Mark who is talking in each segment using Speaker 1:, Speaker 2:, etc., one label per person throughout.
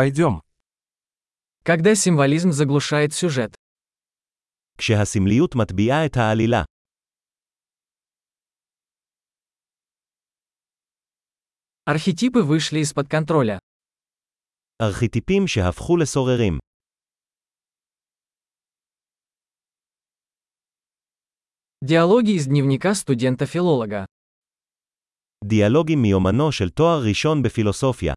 Speaker 1: Пойдем.
Speaker 2: Когда символизм заглушает сюжет.
Speaker 3: כשהסמליות מטביעה את העלילה.
Speaker 2: Архетипы вышли из-под контроля.
Speaker 3: ארכיטיפים שהפכו לסוררים.
Speaker 2: Диалоги из дневника студента-филолога.
Speaker 3: דיאלוגים מיומנו של תואר ראשון בפילוסופיה.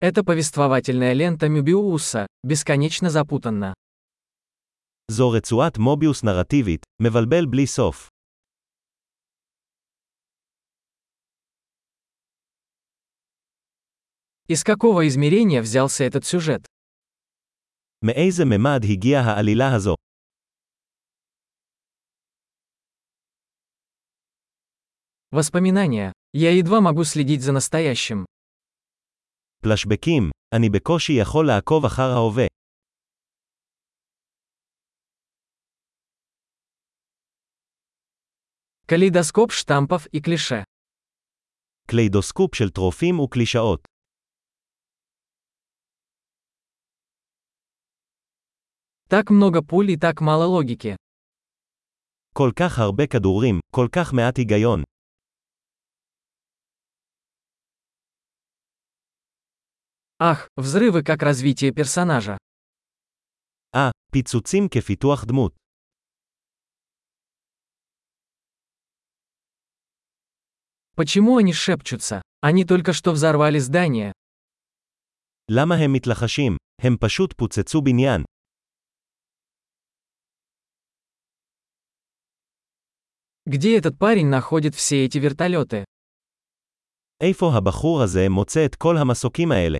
Speaker 2: Это повествовательная лента Мюбиуса, бесконечно запутанна.
Speaker 3: זו רצועת מוביוס נרטיבית, מבלבל בלי סוף.
Speaker 2: Из какого измерения взялся этот сюжет?
Speaker 3: מאיזה ממד הגיעה העלילה הזו?
Speaker 2: Воспоминания. Я едва могу следить за настоящим.
Speaker 3: פלשבקים, אני בקושי יכול לעקוב אחר ההווה.
Speaker 2: Калейдоскоп штампов и клише.
Speaker 3: קליידוסקופ של טרופים וקלישאות.
Speaker 2: Так много пуль и так мало логики.
Speaker 3: כל כך הרבה כדורים, כל כך מעט היגיון.
Speaker 2: Ах, взрывы как развитие персонажа.
Speaker 3: אה, פיצוצים כפיתוח דמות.
Speaker 2: Почему они шепчутся? Они только что взорвали здание.
Speaker 3: למה הם מתלחשים? הם פשוט פוצצו בניין.
Speaker 2: Где этот парень находит все эти вертолеты?
Speaker 3: איפה הבחור הזה מוצא את כל המסוקים האלה?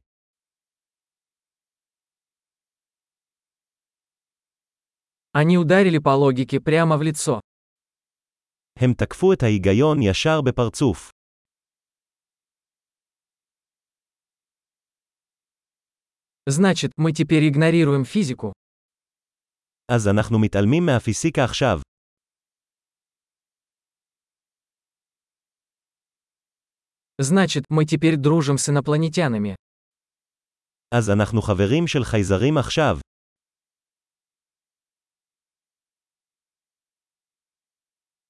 Speaker 2: Они ударили по логике прямо в лицо.
Speaker 3: הם תקפו את ההיגיון ישר בפרצוף.
Speaker 2: Значит, мы теперь игнорируем физику.
Speaker 3: אז אנחנו מתעלמים מהפיסיקה עכשיו.
Speaker 2: Значит, мы теперь дружим с инопланетянами.
Speaker 3: אז אנחנו חברים של חייזרים עכשיו.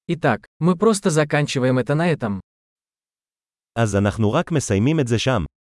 Speaker 2: Итак, мы просто заканчиваем это на этом.
Speaker 3: אז אנחנו רק מסיימים את זה שם.